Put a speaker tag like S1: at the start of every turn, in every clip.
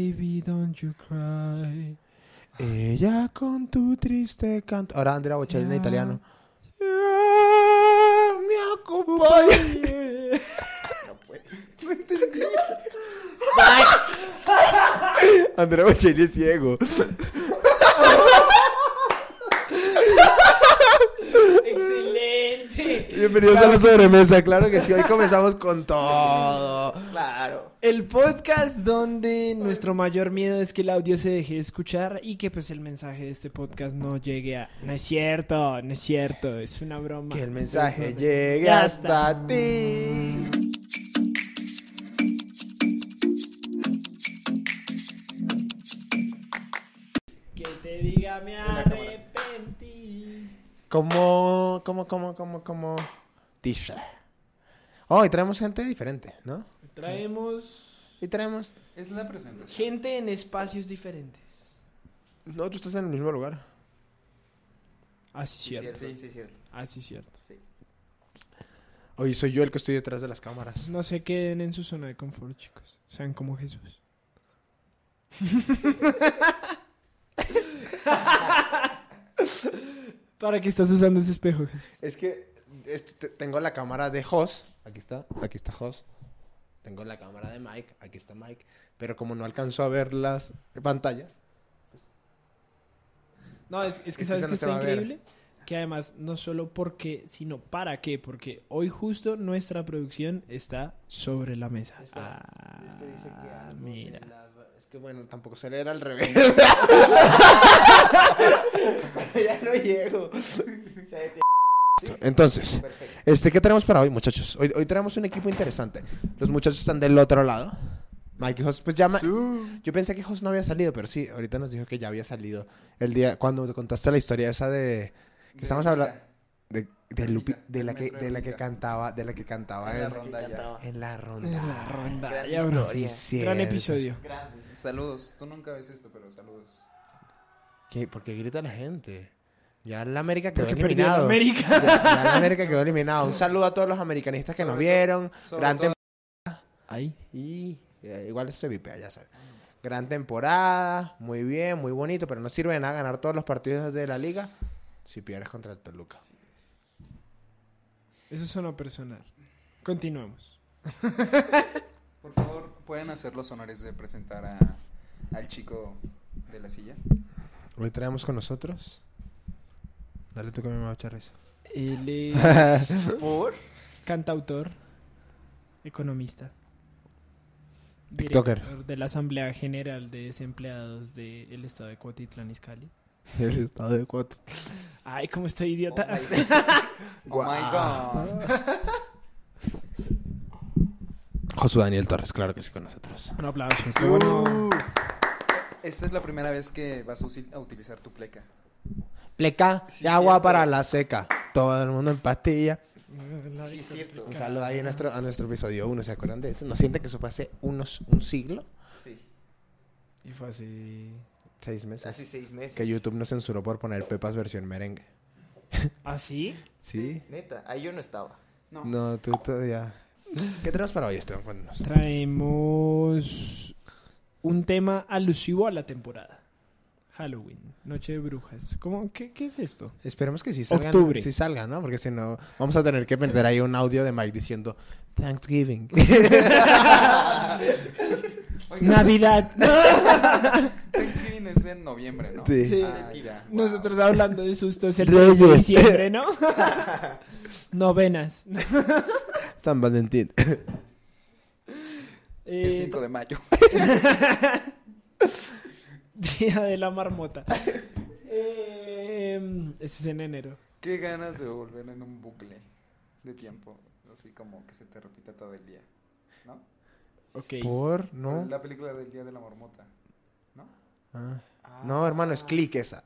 S1: Baby, don't you cry.
S2: Ella con tu triste canto. Ahora Andrea Bocelli en
S1: Ya.
S2: italiano. Ya Me acompaña. Andrea Bocelli es ciego.
S3: Excelente.
S2: Bienvenidos a la sobremesa. Claro que sí, hoy comenzamos con todo.
S3: Claro.
S1: El podcast donde nuestro mayor miedo es que el audio se deje de escuchar y que pues el mensaje de este podcast no llegue a... No es cierto, no es cierto, es una broma.
S2: Que el
S1: Es
S2: mensaje
S1: una broma.
S2: llegue
S1: Ya
S2: hasta ti.
S1: Que te diga me arrepentí.
S2: Como, como, como, como, como. Tisha. Hoy traemos gente diferente, ¿no?
S1: Traemos
S2: Y traemos.
S3: Es la presentación.
S1: gente en espacios diferentes.
S2: No, tú estás en el mismo lugar.
S1: Así Ah, cierto,
S3: Sí, sí, cierto.
S1: así cierto.
S2: Hoy soy yo el que estoy detrás de las cámaras.
S1: pues, No se queden en su zona de confort, chicos. Sean como Jesús. ¿Para qué estás usando ese espejo, Jesús?
S2: Es que este, te- tengo la cámara de Jos. Aquí está. Aquí está Jos. Tengo la cámara de Mike. Aquí está Mike. Pero como no alcanzo a ver las pantallas.
S1: No, es, es que
S2: Es que
S1: sabes
S2: eso no
S1: que
S2: se
S1: está
S2: va a ver.
S1: increíble. Que además, no solo porque, sino para qué. Porque hoy justo nuestra producción está sobre la mesa.
S2: Espera,
S1: Ah,
S2: Es que dice que algo de
S1: mira.
S2: la- Es que bueno, tampoco se leer al revés. ya no llego. Entonces, este, ¿qué tenemos para hoy, muchachos? Hoy, hoy tenemos un equipo interesante. Los muchachos están del otro lado. Mike y Jos, pues llama. Yo pensé que Jos no había salido, pero sí, ahorita nos dijo que ya había salido. El día, cuando te contaste la historia esa de. que estamos hablando. De, de Lupi-
S3: Lupita,
S2: de la
S3: del
S2: que,
S3: metro de
S2: de la que
S3: Lupita.
S2: cantaba, de la que cantaba
S3: En la
S2: en-
S3: ronda ya.
S2: en la ronda.
S1: En la ronda.
S3: Gran
S1: ya, bro.
S2: Sí,
S1: Ah, Gran
S2: cierto.
S1: episodio.
S3: Saludos. Tú nunca ves esto, pero saludos.
S2: ¿Qué? ¿Por qué grita la gente? Ya la América quedó
S1: Porque perdió la
S2: eliminado.
S1: América.
S2: Ya, ya la América quedó eliminado. Un saludo a todos los americanistas que nos
S3: Sobre
S2: vieron.
S3: sobre
S2: gran
S3: todo-
S2: tem-
S1: Ahí.
S2: y eh, igual se vipea, ya sabes. Gran temporada, muy bien, muy bonito, pero no sirve de nada ganar todos los partidos de la liga si pierdes contra el Toluca.
S1: Eso sonó personal. Continuamos.
S3: Por favor, pueden hacer los honores de presentar a, al chico de la silla.
S2: Hoy traemos con nosotros. Dale tú que me va a echar eso.
S1: Él es cantautor, economista,
S2: TikToker.
S1: director de la Asamblea General de Desempleados del Estado de Cuautitlán Izcalli.
S2: El estado de cuatro.
S1: Ay, cómo estoy idiota.
S3: Oh my God. Oh my God.
S2: Josu Daniel Torres, claro que sí con nosotros.
S1: Un aplauso. ¿cómo no?
S3: Uh. Esta es la primera vez que vas a usi- a utilizar tu pleca.
S2: Pleca
S3: Sí,
S2: y agua
S3: cierto.
S2: para la seca. Todo el mundo en pastilla.
S1: La
S3: Sí, es cierto.
S2: Un saludo ahí a nuestro, a nuestro episodio 1, ¿se acuerdan de eso? ¿No sienten que eso fue hace unos, un siglo?
S3: Sí.
S1: Y fue así.
S2: Seis meses.
S4: Hace seis meses.
S2: Que YouTube nos censuró por poner Pepas versión merengue.
S3: ¿Ah,
S1: ¿Así?
S2: ¿Sí?
S4: Neta, ahí yo no estaba.
S3: No.
S2: No, tú todavía... ¿Qué tenemos para hoy, Esteban? Cuéntanos.
S1: Traemos un tema alusivo a la temporada. Halloween, Noche de Brujas. ¿Cómo? ¿Qué, qué es esto?
S2: Esperemos que sí salgan.
S1: Octubre.
S2: Sí salgan, ¿no? Porque si no, vamos a tener que meter ahí un audio de Mike diciendo Thanksgiving.
S1: Navidad.
S3: Thanksgiving es en noviembre, ¿no?
S2: Sí.
S1: Sí.
S3: Ah, ya. Wow.
S1: Nosotros hablando de sustos el 3 de
S2: Reyes.
S1: diciembre, ¿no? Novenas.
S2: San Valentín.
S3: El
S1: Eh,
S3: 5 de mayo.
S1: Día de la marmota. Eh, ese es en enero.
S3: Qué ganas de volver en un bucle de tiempo, así como que se te repita todo el día, ¿no?
S1: Ok.
S2: ¿Por? ¿No?
S3: La película del Día de la Marmota, ¿no?
S2: Ah. No, hermano, es click esa.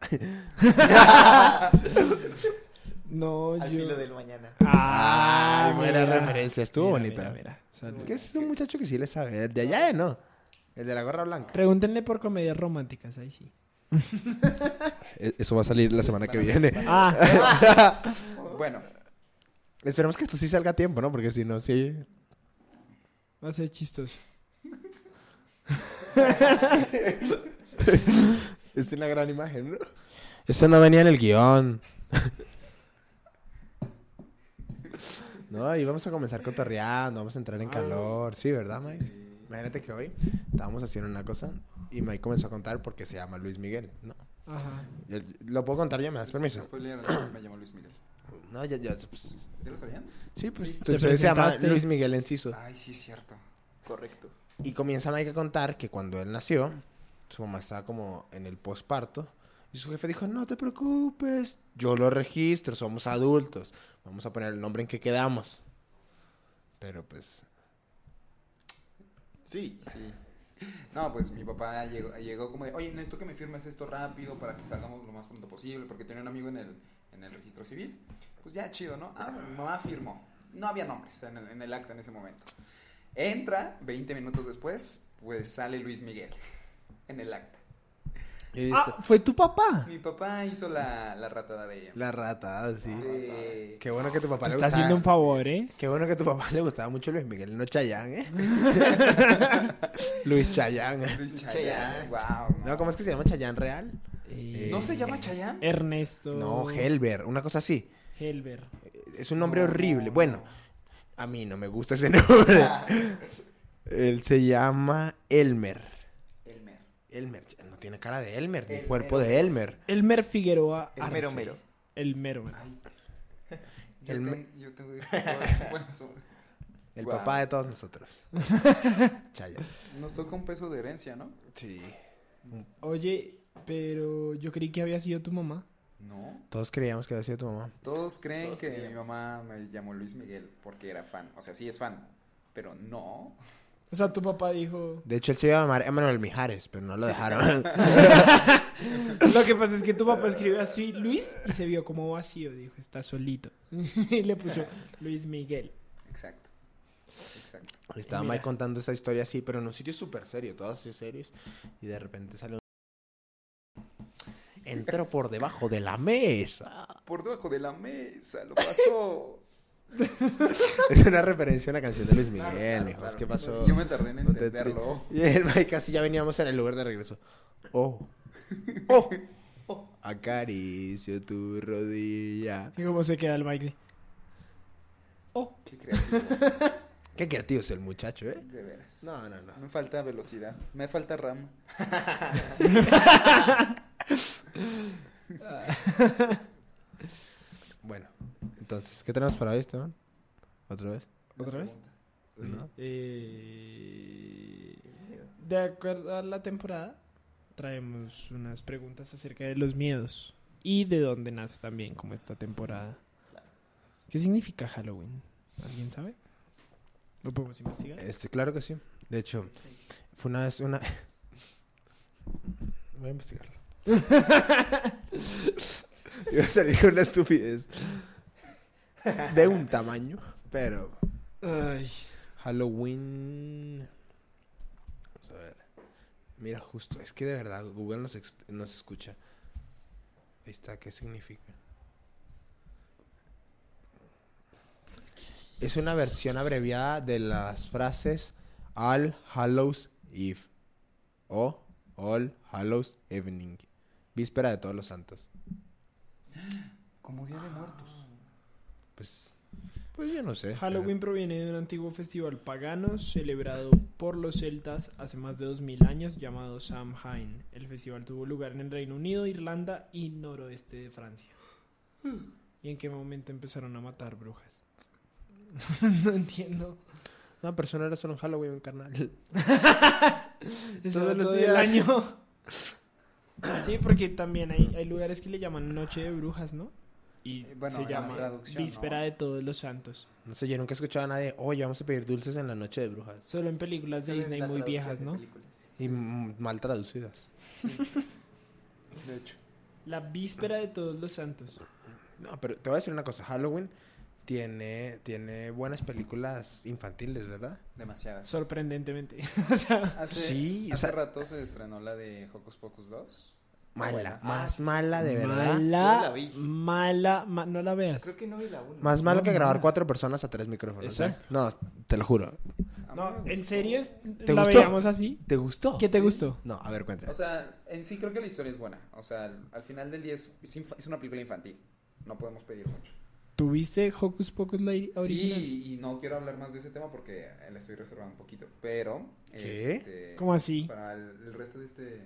S1: No,
S4: Al
S1: yo.
S4: filo del mañana.
S1: Ah, mira.
S2: Estuvo
S1: Mira,
S2: bonita.
S1: mira, mira. Sale.
S2: Es que ese es un muchacho que sí le sabe. El de allá, ¿eh? ¿no? El de la gorra blanca.
S1: Pregúntenle por comedias románticas, ahí sí.
S2: E- Eso va a salir la semana que
S3: Van a-
S2: viene.
S1: Ah,
S3: Bueno,
S2: Esperemos que esto sí salga a tiempo, ¿no? Porque si no, sí.
S1: va a ser chistoso.
S2: Esta es una gran imagen, ¿no? Esta no venía en el guión. No, y vamos a comenzar cotorreando, vamos a entrar en calor. Sí, ¿verdad, Mike?
S3: eh,
S2: Imagínate que hoy estábamos haciendo una cosa y Mike comenzó a contar porque se llama Luis Miguel, ¿no?
S1: Ajá.
S2: Y él- Lo puedo contar ya, ¿me das permiso?
S3: Spoiler, alert, me llamó Luis Miguel.
S2: No, ya, ya, pues,
S3: ¿Ya lo sabían?
S2: Sí, pues,
S1: Te
S2: tú- se llama
S1: presentaste.
S2: Luis Miguel Enciso.
S3: Ay, sí, es cierto.
S4: Correcto.
S2: Y comienza Mike a contar que cuando él nació, su mamá estaba como en el posparto. Y su jefe dijo, no te preocupes, yo lo registro, somos adultos. Vamos a poner el nombre en que quedamos. Pero pues...
S4: Sí.
S3: Sí. No, pues mi papá llegó, llegó como de, oye, necesito que me firmes esto rápido para que salgamos lo más pronto posible, porque tenía un amigo en el, en el registro civil. Pues ya, chido, ¿no? Ah, mi mamá firmó. No había nombres en el, en el acta en ese momento. Entra, 20 minutos después, pues sale Luis Miguel en el acta.
S2: y
S1: Ah, fue tu papá.
S3: Mi papá hizo la, la ratada de ella.
S2: La rata, ah, sí.
S3: De-
S2: Qué bueno que tu papá
S1: Te
S2: le
S1: está
S2: gustaba.
S1: haciendo un favor, ¿eh?
S2: Qué bueno que a tu papá le gustaba mucho Luis Miguel, no Chayán, ¿eh? Luis Chayán.
S3: de Chayanne, wow.
S2: No, ¿cómo es que se llama Chayán real?
S1: Eh,
S3: ¿No se llama Chayán?
S1: Ernesto.
S2: No, Helber, una cosa así.
S1: Helber.
S2: Es un nombre
S3: No,
S2: horrible.
S3: no.
S2: Bueno, a mí no me gusta ese nombre. Él se llama Elmer.
S3: Elmer.
S2: Elmer, no tiene cara de Elmer, ni
S4: Elmer.
S2: cuerpo de Elmer.
S1: Elmer Figueroa.
S2: Ah,
S4: El mero mero.
S1: Elmer, bueno.
S3: Ay. Yo,
S2: El me-
S3: ten- yo tengo este- bueno, so-
S2: El
S3: Guau.
S2: papá de todos nosotros. Chayán.
S3: Nos toca un peso de herencia, ¿no?
S2: Sí.
S1: Oye, pero yo creí que había sido tu mamá.
S3: No.
S2: Todos creíamos que había sido tu mamá.
S3: Todos creen
S4: Todos
S3: que mi
S4: creíamos.
S3: mamá me llamó Luis Miguel porque era fan. O sea, sí es fan, pero no.
S1: O sea, tu papá dijo...
S2: De hecho, él se iba a llamar Emanuel Mijares, pero no lo dejaron.
S1: Lo que pasa es que tu papá escribió así Luis y se vio como vacío. Dijo, está solito. y le puso Luis Miguel.
S3: Exacto. Exacto.
S2: Estaba
S1: Mira.
S2: Mike contando esa historia así, pero en un sitio súper serio, todos así serios. Y de repente sale un... Entró por debajo de la mesa.
S3: Por debajo de la mesa, lo pasó.
S2: Es una referencia a una canción de Luis Miguel,
S3: Claro, claro,
S2: mijos,
S3: claro.
S2: ¿Qué pasó?
S3: Yo me tardé en
S2: No te tri-
S3: entenderlo.
S2: Y el Mike casi ya veníamos en el lugar de regreso. Oh. Oh. Oh. Acaricio tu rodilla.
S1: ¿Y cómo se queda el Mike?
S2: Oh.
S3: Qué creativo,
S2: Qué creativo es el muchacho, ¿eh?
S3: de veras.
S2: No, no, no.
S3: Me falta velocidad, me falta RAM.
S2: Bueno, entonces, ¿qué tenemos para hoy, Esteban? ¿Otra vez?
S1: ¿Otra vez?
S2: No.
S1: Eh, de acuerdo a la temporada, traemos unas preguntas acerca de los miedos y de dónde nace también como esta temporada. ¿Qué significa Halloween? ¿Alguien sabe? ¿Lo podemos investigar?
S2: Este, claro que sí. De hecho, fue una vez una... Voy a investigarlo. Iba a salir con una estupidez de un tamaño, pero
S1: Ay,
S2: Halloween... Vamos a ver. Mira, justo, es que de verdad Google nos, ex- nos escucha. Ahí está, ¿qué significa? Es una versión abreviada de las frases All Hallows Eve o All Hallows Evening, víspera de todos los santos.
S3: Como Día de Muertos.
S2: Pues, pues yo no sé.
S1: Halloween proviene de un antiguo festival pagano celebrado por los celtas hace más de 2000 años llamado Samhain. El festival tuvo lugar en el Reino Unido, Irlanda y noroeste de Francia. ¿Y en qué momento empezaron a matar brujas? no entiendo.
S2: pero- No, pero eso no era solo un Halloween, un carnal.
S1: Eso
S2: Todos
S1: era
S2: los
S1: todo
S2: días.
S1: el año. Sí, porque también hay, hay lugares que le llaman Noche de Brujas, ¿no? Y
S3: Eh, bueno,
S1: se
S3: la
S1: llama
S3: traducción,
S1: Víspera
S3: ¿no?
S1: de Todos los Santos.
S2: No sé, yo nunca he escuchado a nadie, oye, vamos a pedir dulces en la noche de brujas.
S1: Solo en películas de Disney muy viejas, ¿no?
S2: Y mm, mal traducidas.
S3: Ah, De hecho.
S1: La víspera de todos los santos.
S2: No, pero te voy a decir una cosa. Halloween tiene, tiene buenas películas infantiles, ¿verdad?
S3: Demasiadas.
S1: Sorprendentemente. O sea,
S3: Hace,
S2: Sí, o
S3: hace
S2: sea-
S3: rato se estrenó la de Hocus Pocus 2.
S2: Mala,
S4: Buena.
S2: más mala de verdad.
S1: Mala,
S4: Yo la vi.
S1: mala, ma- no la veas.
S4: Creo que no vi la 1.
S2: Más malo
S1: No,
S2: que grabar
S1: mala.
S2: cuatro personas a tres micrófonos. ¿eh?
S1: Exacto.
S2: No, te lo juro.
S1: No, en series
S2: ¿Te
S1: la
S2: gustó?
S1: veíamos así.
S2: ¿Te gustó?
S1: ¿Qué te gustó?
S2: No, a ver, cuéntame.
S3: O sea, en sí creo que la historia es buena. O sea, al, al final del día es, es infa- es una película infantil. No podemos pedir mucho.
S1: ¿Tuviste Hocus Pocus la ori- original?
S3: Sí, y- y no quiero hablar más de ese tema porque eh, le estoy reservando un poquito. Pero.
S2: ¿Qué?
S3: Este,
S1: ¿Cómo así?
S3: Para el, el resto de este.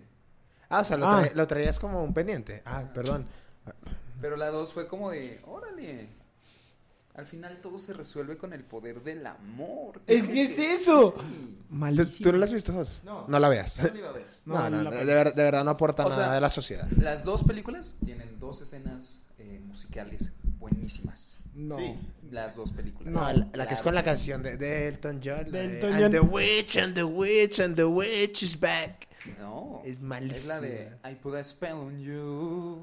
S2: Ah, o sea, lo,
S1: Ah.
S2: tra- lo traías como un pendiente. Ah, perdón.
S3: Pero la 2 fue como de. ¡Órale! Al final todo se resuelve con el poder del amor.
S1: ¡Es que es eso!
S3: sí.
S2: ¿Tú,
S1: Malísimo.
S2: tú no la has visto, Jos?
S4: No.
S2: No la veas.
S4: Ya lo iba a ver.
S1: No,
S2: No, no,
S1: la-
S2: de, ver- de verdad no aporta
S3: O
S2: nada
S3: sea-
S2: de la sociedad.
S3: Las dos películas tienen dos escenas eh, musicales buenísimas.
S1: No.
S4: Sí.
S3: Las dos películas.
S2: No, la, la que es con la
S3: Claro sí.
S2: canción de, de Elton John. la
S1: De
S2: de,
S1: Elton
S2: and
S1: John.
S2: the witch, and the witch, and the witch is back.
S3: No.
S2: Es malísima.
S3: Es la de I put a spell on you.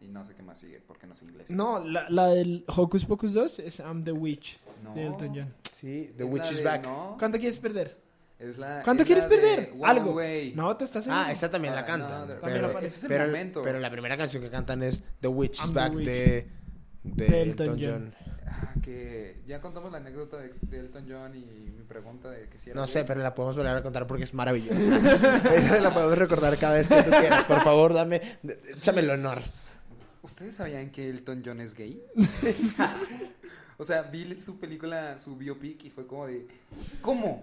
S3: Y no sé qué más sigue porque no es inglés.
S1: No, la, la del Hocus Pocus 2 es I'm the Witch
S3: No.
S1: de Elton John.
S2: Sí,
S3: Es
S2: The
S3: la
S2: Witch is
S3: de-
S2: Back.
S3: no,
S1: ¿Cuánto quieres perder?
S3: es la-
S1: ¿Cuánto
S3: es
S1: quieres
S3: la de
S1: perder?
S3: One
S1: Algo.
S3: Way.
S1: No, te estás
S2: Ah, esa también la
S3: Ah,
S2: cantan.
S3: no, de-
S1: También
S2: pero,
S1: aparece.
S3: ese es el
S2: pero-
S3: momento.
S2: pero la primera canción que cantan es The Witch
S1: I'm
S2: is
S1: the
S2: Back
S1: Witch.
S2: de, de
S1: De Elton
S2: Elton
S1: John.
S2: John.
S3: Ah, que ya contamos la anécdota de, de Elton John y mi pregunta de que si era
S2: No
S3: gay.
S2: sé, pero la podemos volver a contar porque es maravillosa. Esa la podemos recordar cada vez que tú quieras. Por favor, dame, d- échame el honor.
S3: ¿Ustedes sabían que Elton John es gay? o sea, vi su película, su biopic y fue como de ¿Cómo?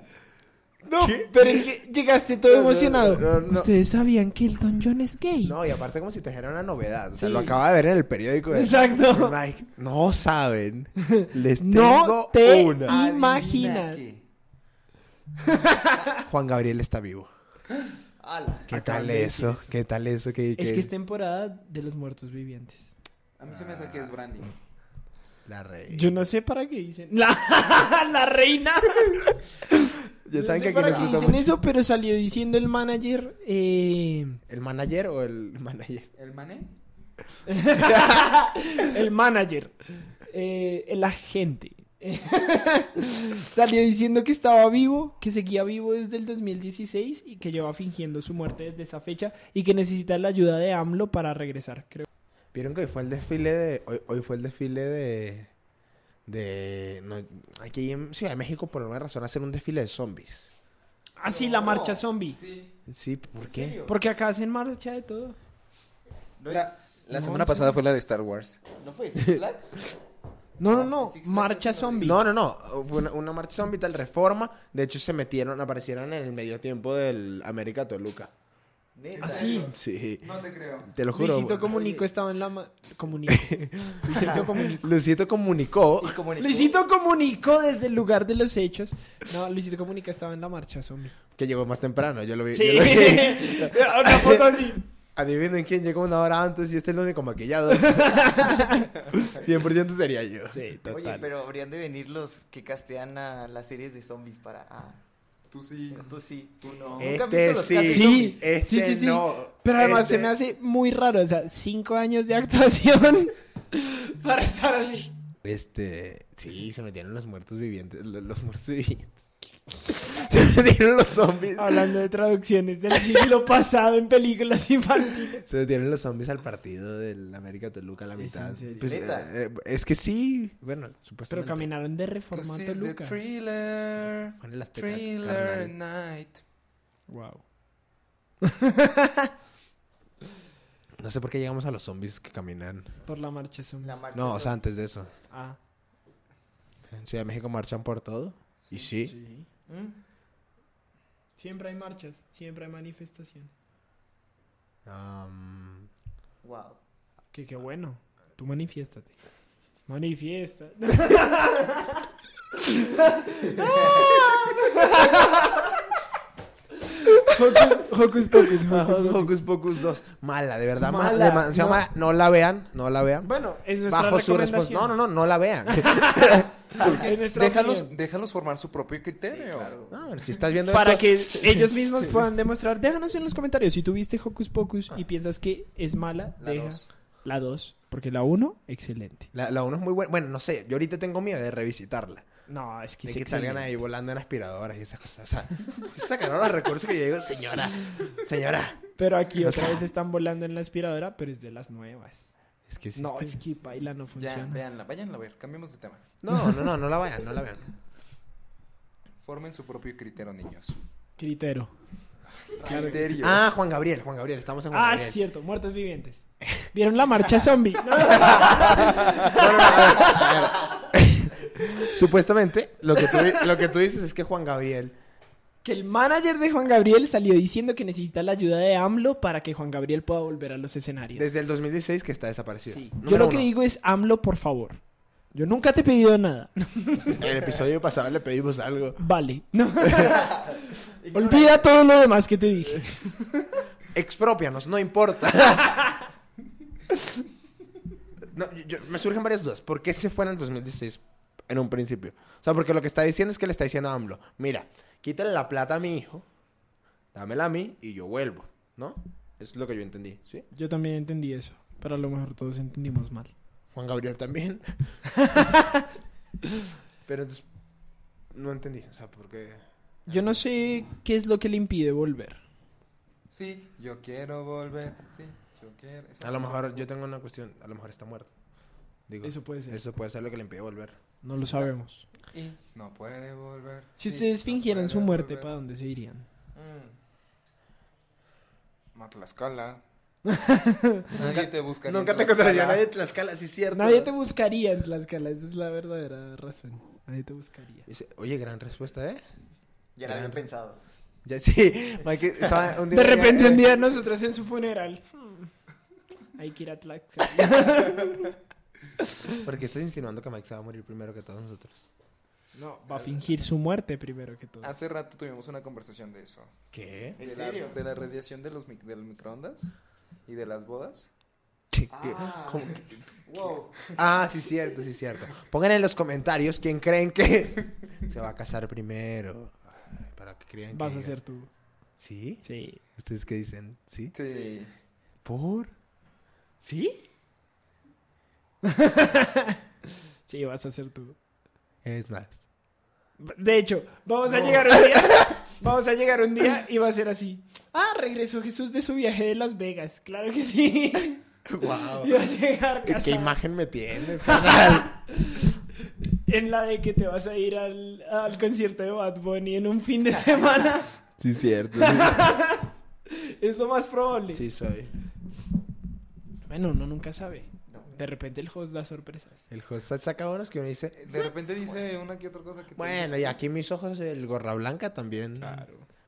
S1: No, pero es que llegaste todo
S2: No, no,
S1: emocionado.
S2: no, no, no.
S1: Ustedes sabían que Elton John es gay.
S2: No, y aparte como si te dijera una novedad. O sea,
S1: Sí.
S2: lo acaba de ver en el periódico.
S1: Exacto.
S2: Mike, no saben. Les
S1: No
S2: tengo
S1: te
S2: una.
S1: Ah, Imagina.
S3: que-
S1: Ah.
S2: Juan Gabriel está vivo.
S4: Ala.
S2: ¿Qué
S1: Acaban
S2: tal
S1: de decir
S2: eso?
S1: eso.
S2: ¿Qué tal eso? ¿Qué,
S1: Es
S2: qué-
S1: que este- es temporada de los muertos vivientes.
S3: A mí se me hace que es Brandy.
S2: La reina.
S1: Yo no sé para qué dicen. La, la reina.
S2: Ya
S1: No sé
S2: saben que aquí
S1: para
S2: nos
S1: qué
S2: gusta
S1: dicen
S2: mucho.
S1: eso, pero salió diciendo el manager. eh,
S2: ¿El manager o el manager?
S3: ¿El mané?
S1: el manager. eh, el agente. salió diciendo que estaba vivo, que seguía vivo desde el 2016 y que lleva fingiendo su muerte desde esa fecha y que necesita la ayuda de AMLO para regresar. Creo.
S2: Vieron que hoy fue el desfile de. Hoy, hoy fue el desfile de. De. no, aquí en Ciudad de México, por alguna razón, hacen un desfile de zombies.
S1: Ah, sí, la marcha zombie.
S3: Sí.
S2: Sí, ¿por
S4: ¿En
S2: qué?
S4: serio?
S1: Porque acá hacen marcha de todo.
S4: ¿No, es-
S3: La
S1: No,
S3: semana
S1: sí.
S3: pasada fue la de Star Wars.
S4: ¿No fue Six Flags?
S1: No, no, no.
S4: Six Flags
S1: Marcha
S4: hacen
S1: zombie.
S2: No, no, no. Fue una, una marcha zombie tal reforma. De hecho, se metieron, aparecieron en el medio tiempo del América Toluca.
S4: Neta.
S1: Así.
S2: Sí.
S3: No te creo.
S2: Te lo juro.
S1: Luisito Comunico estaba en la... ma- Comunico. Luisito Comunico.
S2: Luisito comunicó.
S4: Y como
S1: Luisito Comunico desde el lugar de los hechos. No, Luisito Comunica estaba en la marcha zombie.
S2: Que llegó más temprano, yo lo vi. yo lo vi.
S1: Una foto así.
S2: Adivinen quién llegó una hora antes y este es el único maquillado. 100% sería yo.
S1: Sí,
S4: Oye,
S1: total.
S4: pero habrían de venir los que castean a las series de zombies para. Ah,
S3: Tú sí.
S4: tú sí, tú no. ¿Nunca han
S2: Este
S4: visto los
S2: sí,
S4: casteos
S1: Sí,
S4: zombies?
S2: este
S1: sí, sí, sí.
S2: no.
S1: Pero además
S2: este-
S1: se me hace muy raro. O sea, cinco años de actuación para estar así.
S2: Este, sí, se metieron los muertos vivientes, lo- los, muertos vivientes. se metieron los zombies.
S1: Hablando de traducciones del siglo pasado en películas infantiles.
S2: Se metieron los zombies al partido del América Toluca a la
S1: ¿Es
S2: mitad.
S1: en serio?
S2: Pues,
S4: ¿Neta?
S2: eh, eh, es que sí, bueno,
S1: Pero
S2: supuestamente.
S1: caminaron de reforma
S3: 'Cause
S1: a
S3: it's the
S1: Toluca.
S3: thriller.
S2: Fue en el Azteca,
S3: Thriller
S2: carnal.
S3: night.
S1: Wow.
S2: No sé por qué llegamos a los zombies que caminan.
S1: Por la marcha zombie.
S4: La marcha
S2: No, o sea,
S4: zombie.
S2: antes de eso.
S1: Ah.
S2: En Ciudad de México marchan por todo. Y sí.
S1: Sí.
S4: ¿Mm?
S1: Siempre hay marchas, siempre hay manifestaciones.
S2: Am,
S4: Wow.
S1: Que qué bueno. Tú manifiéstate. Manifiesta. Hocus, hocus pocus.
S2: Hocus, Pocus 2. Mala, de verdad, mala.
S1: Mala,
S2: demasiado
S1: no.
S2: mala. No la vean, no la vean.
S1: Bueno, es nuestra
S2: Bajo su
S1: recomendación. Ah,
S2: respuesta. No, no, no, no la vean.
S1: Es nuestra
S3: Déjalos,
S1: opinión.
S3: déjalos formar su propio criterio.
S2: No, si estás viendo
S1: Para
S2: esto-
S1: que ellos mismos puedan demostrar. Déjanos en los comentarios si tuviste Hocus Pocus y piensas que es mala.
S3: La
S1: deja
S3: dos.
S1: la 2. Porque la 1, excelente.
S2: La, la uno es muy buena. Bueno, no sé, yo ahorita tengo miedo de revisitarla.
S1: No, es que
S2: De
S1: es
S2: que salgan
S1: excelente.
S2: ahí volando en aspiradoras y esas cosas. O sea, sacaron los recursos que yo digo, señora, señora.
S1: Pero aquí
S2: O
S1: otra
S2: sea-
S1: vez están volando en la aspiradora, pero es de las nuevas.
S2: Es que sí
S1: No,
S2: está-
S1: es que baila no
S3: Ya,
S1: funciona.
S3: véanla, váyanla a ver, cambiemos de tema.
S2: no, no, no, no la vean, no la vean.
S3: Formen su propio criterio, niños.
S1: Criterio. Claro que sí.
S3: Criterio.
S2: Ah, Juan Gabriel, Juan Gabriel, estamos en Juan
S1: Ah,
S2: Gabriel.
S1: cierto, muertos vivientes. ¿Vieron la marcha zombie? No.
S2: No, no, no, a ver, a ver. Supuestamente, lo que, tú, lo que tú dices es que Juan Gabriel.
S1: Que el manager de Juan Gabriel salió diciendo que necesita la ayuda de AMLO para que Juan Gabriel pueda volver a los escenarios.
S2: Desde el 2016 que está desaparecido.
S1: Sí. Yo
S2: Número
S1: lo que
S2: uno.
S1: digo es AMLO, por favor. Yo nunca te he pedido nada.
S2: El episodio pasado le pedimos algo.
S1: Vale. No. Olvida todo lo demás que te dije.
S2: Expropianos, no importa. No, yo- yo- me surgen varias dudas. ¿Por qué se fue en el 2016 en un principio? O sea, porque lo que está diciendo es que le está diciendo a AMLO: Mira, quítale la plata a mi hijo, dámela a mí y yo vuelvo, ¿no? Es lo que yo entendí, ¿sí?
S1: Yo también entendí eso, pero a lo mejor todos entendimos mal.
S2: Juan Gabriel también. Pero entonces, no entendí, o sea, porque...
S1: Yo no sé qué es lo que le impide volver.
S3: Sí, yo quiero volver. Sí, yo quiero.
S2: A lo mejor, yo tengo una cuestión, a lo mejor está muerto. Digo,
S1: Eso puede ser.
S2: eso puede ser lo que le impide volver.
S1: No lo sabemos.
S3: Y no puede volver.
S1: Si
S3: sí,
S1: ustedes
S3: no
S1: fingieran
S3: puede
S1: su muerte,
S3: volver.
S1: ¿para dónde se irían?
S4: Mm.
S3: Matlascala. Nadie te buscaría.
S2: Nunca te encontraría nadie en Tlaxcala, sí es cierto.
S1: Nadie te buscaría en Tlaxcala, esa es la verdadera razón. Nadie te buscaría.
S2: Dice, Oye, gran respuesta, ¿eh?
S4: Ya era
S2: Claro.
S4: bien pensado.
S2: Ya sí, Mike estaba un día...
S1: De repente
S2: eh,
S1: un día nosotros en su funeral. hmm, Hay que ir a Tlaxcala.
S2: Porque estás insinuando que Mike se va a morir primero que todos nosotros.
S1: No, va a fingir su muerte primero que todo.
S3: Hace rato tuvimos una conversación de eso.
S2: ¿Qué?
S4: ¿En
S3: de
S4: serio?
S3: La, de la radiación de los mic- del microondas y de las bodas.
S2: ¿Qué- qué-
S4: Ah.
S2: cómo que-
S4: Wow.
S2: Ah, sí, cierto, sí, cierto. Pongan en los comentarios quién creen que se va a casar primero. Ay, para que crean que
S1: Vas a
S2: digan.
S1: ser tú.
S2: ¿Sí?
S1: Sí.
S2: ¿Ustedes qué dicen? ¿Sí?
S3: Sí.
S2: ¿Por? ¿Sí?
S1: Sí, vas a ser tú.
S2: Es más.
S1: De hecho, vamos a llegar un día. Vamos a llegar un día y va a ser así. Ah, regresó Jesús de su viaje de Las Vegas. Claro que sí.
S2: ¡Wow!
S1: Y va a llegar
S2: ¿Qué
S1: casado.
S2: imagen me tienes, carnal?
S1: En la de que te vas a ir al, al concierto de Bad Bunny en un fin de semana.
S2: Sí, cierto.
S1: es lo más probable.
S2: Sí, soy.
S1: Bueno, uno nunca sabe. De repente el host da sorpresas.
S2: El host saca unos que uno dice,
S3: De repente dice una que otra cosa que te
S2: bueno, y aquí mis ojos, el gorra blanca
S1: Mm.
S2: también.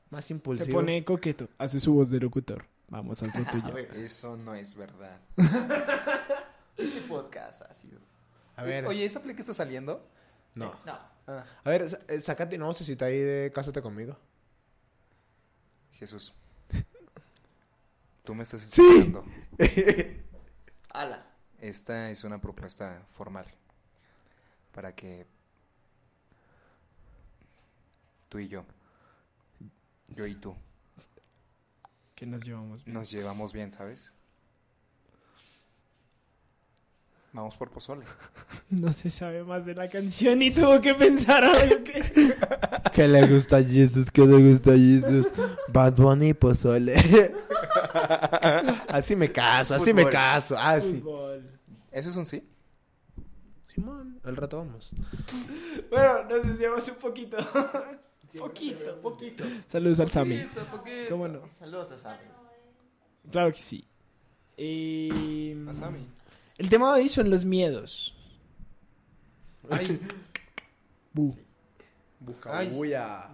S2: Más
S1: Se
S2: impulsivo.
S1: pone coqueto. Hace su voz de locutor. Vamos, haz lo
S4: A
S1: tuyo.
S4: ver,
S3: Eso no es verdad.
S4: este podcast ha sido.
S2: A ver,
S3: Oye, ¿esa play que está saliendo?
S2: no.
S4: No.
S3: Ah,
S2: A ver, sa- eh, sácate, no, se cita ahí de Cásate conmigo.
S3: Jesús. Tú me estás
S2: Sí.
S3: escuchando.
S4: Ala.
S3: Esta es una propuesta formal para que tú y yo, yo y tú,
S1: Que nos llevamos bien.
S3: nos llevamos bien, ¿sabes? Vamos por pozole.
S1: No se sabe más de la canción y tuvo que pensar algo que...
S2: que le gusta Jesus, que le gusta Jesus. Bad Bunny y Pozole. así me caso, así me
S4: Fútbol.
S2: caso. Ah, sí.
S1: Fútbol.
S3: ¿Eso es un sí?
S2: Simón, al rato vamos.
S1: Bueno, nos desviamos un poquito. poquito, poquito. Saludos al Sammy. ¿Cómo no?
S4: Saludos a Sammy.
S1: Claro que sí. Eh,
S3: A Sammy.
S1: El tema de hoy son los miedos. Bu.
S2: Busca
S3: Ay.
S2: bulla.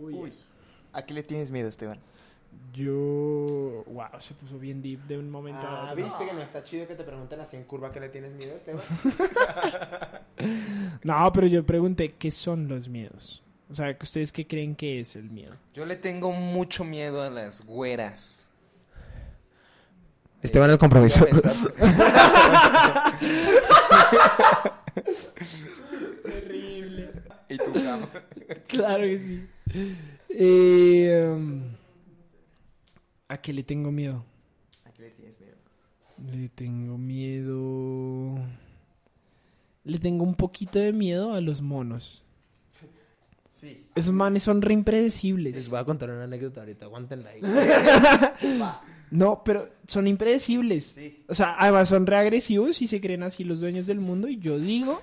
S4: Uy. ¿A qué le tienes miedo, Esteban?
S1: Yo... Wow, se puso bien deep de un momento a otro.
S2: ¿viste que no está chido que te pregunten así en curva que le tienes miedo, este Esteban?
S1: No, pero yo pregunté qué son los miedos. O sea, ¿ustedes qué creen que es el miedo?
S3: Yo le tengo mucho miedo a las güeras.
S2: Esteban, el compromiso.
S1: Terrible.
S3: y tu cama.
S1: Claro que sí. Eh, um, ¿A qué le tengo miedo?
S4: ¿A qué le tienes miedo?
S1: Le tengo miedo. Le tengo un poquito de miedo a los monos.
S4: Sí.
S1: Esos manes son re impredecibles.
S2: Les voy a contar una anécdota ahorita, aguántenla ahí.
S1: No, pero son impredecibles.
S4: Sí.
S1: O sea, además son reagresivos y se creen así los dueños del mundo. Y yo digo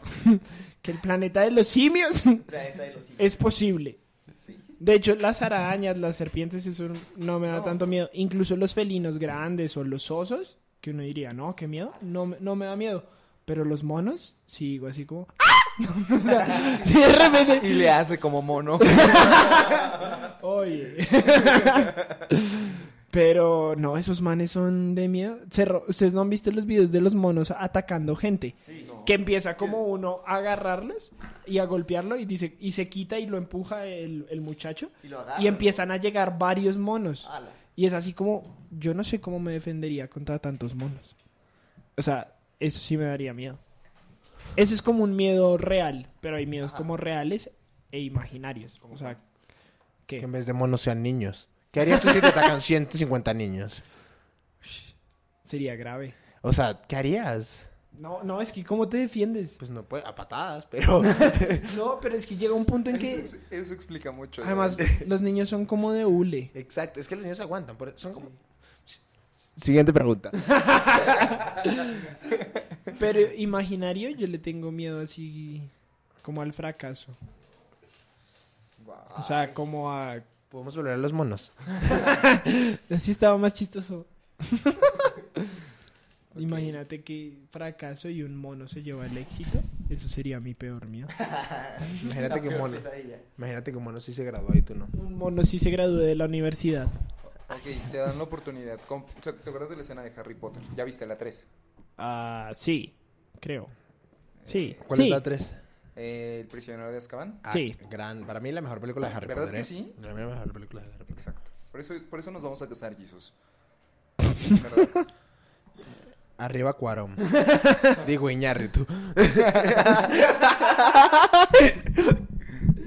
S1: que el planeta de los simios
S4: Planeta de los simios.
S1: es posible. De hecho, las arañas, las serpientes, eso no me da tanto miedo. Incluso los felinos grandes o los osos, que uno diría, no, qué miedo, no, me- no me da miedo. Pero los monos, sí, digo así como... ¡Ah! sí, de repente...
S4: Y le hace como mono.
S1: Oye. Pero no, esos manes son de miedo. Se ro- Ustedes no han visto los videos de los monos atacando gente. Que empieza como uno a agarrarlos y a golpearlo y dice y se quita y lo empuja el, el muchacho.
S4: Y lo agarra.
S1: Y empiezan a llegar varios monos.
S4: Ala.
S1: Y es así como, yo no sé cómo me defendería contra tantos monos. O sea, eso sí me daría miedo. Eso es como un miedo real, pero hay miedos
S4: Ajá.
S1: como reales e imaginarios. O sea, ¿qué?
S2: Que en vez de monos sean niños. ¿Qué harías tú si te atacan 150 niños?
S1: Sería grave.
S2: O sea, ¿qué harías?
S1: No, no, es que ¿cómo te defiendes?
S2: Pues no puede, a patadas, pero...
S1: No, pero es que llega un punto en que...
S3: Eso, eso explica mucho.
S1: Además,
S3: güey.
S1: los niños son como de hule.
S2: Exacto, es que los niños aguantan. por- son como... Siguiente pregunta.
S1: Pero imaginario yo le tengo miedo así como al fracaso.
S3: Guau.
S1: O sea, como a...
S2: ¿Podemos volver a los monos?
S1: Así estaba más chistoso. Imagínate que fracaso y un mono se lleva el éxito. Eso sería mi peor miedo.
S2: Imagínate
S4: La
S2: que un
S4: peor
S2: mono...
S4: pesadilla.
S2: Imagínate que un mono sí se graduó y tú no.
S1: Un mono sí se graduó de la universidad.
S3: Ok, te dan la oportunidad. Com- o sea, ¿Te acuerdas de la escena de Harry Potter? Ya viste la 3.
S1: Ah, sí, creo. Sí.
S2: ¿Cuál
S1: sí.
S2: es la 3?
S3: Eh, el prisionero de Azkaban.
S1: Sí.
S2: Gran, para mí la mejor película de Harry
S3: ¿Verdad
S2: Potter.
S3: que
S2: ¿eh?
S3: sí?
S2: Para mí la mejor película de Harry Potter.
S3: Exacto. Por eso, por eso nos vamos a casar, Jesús.
S2: Arriba Cuarón. Digo Iñárritu.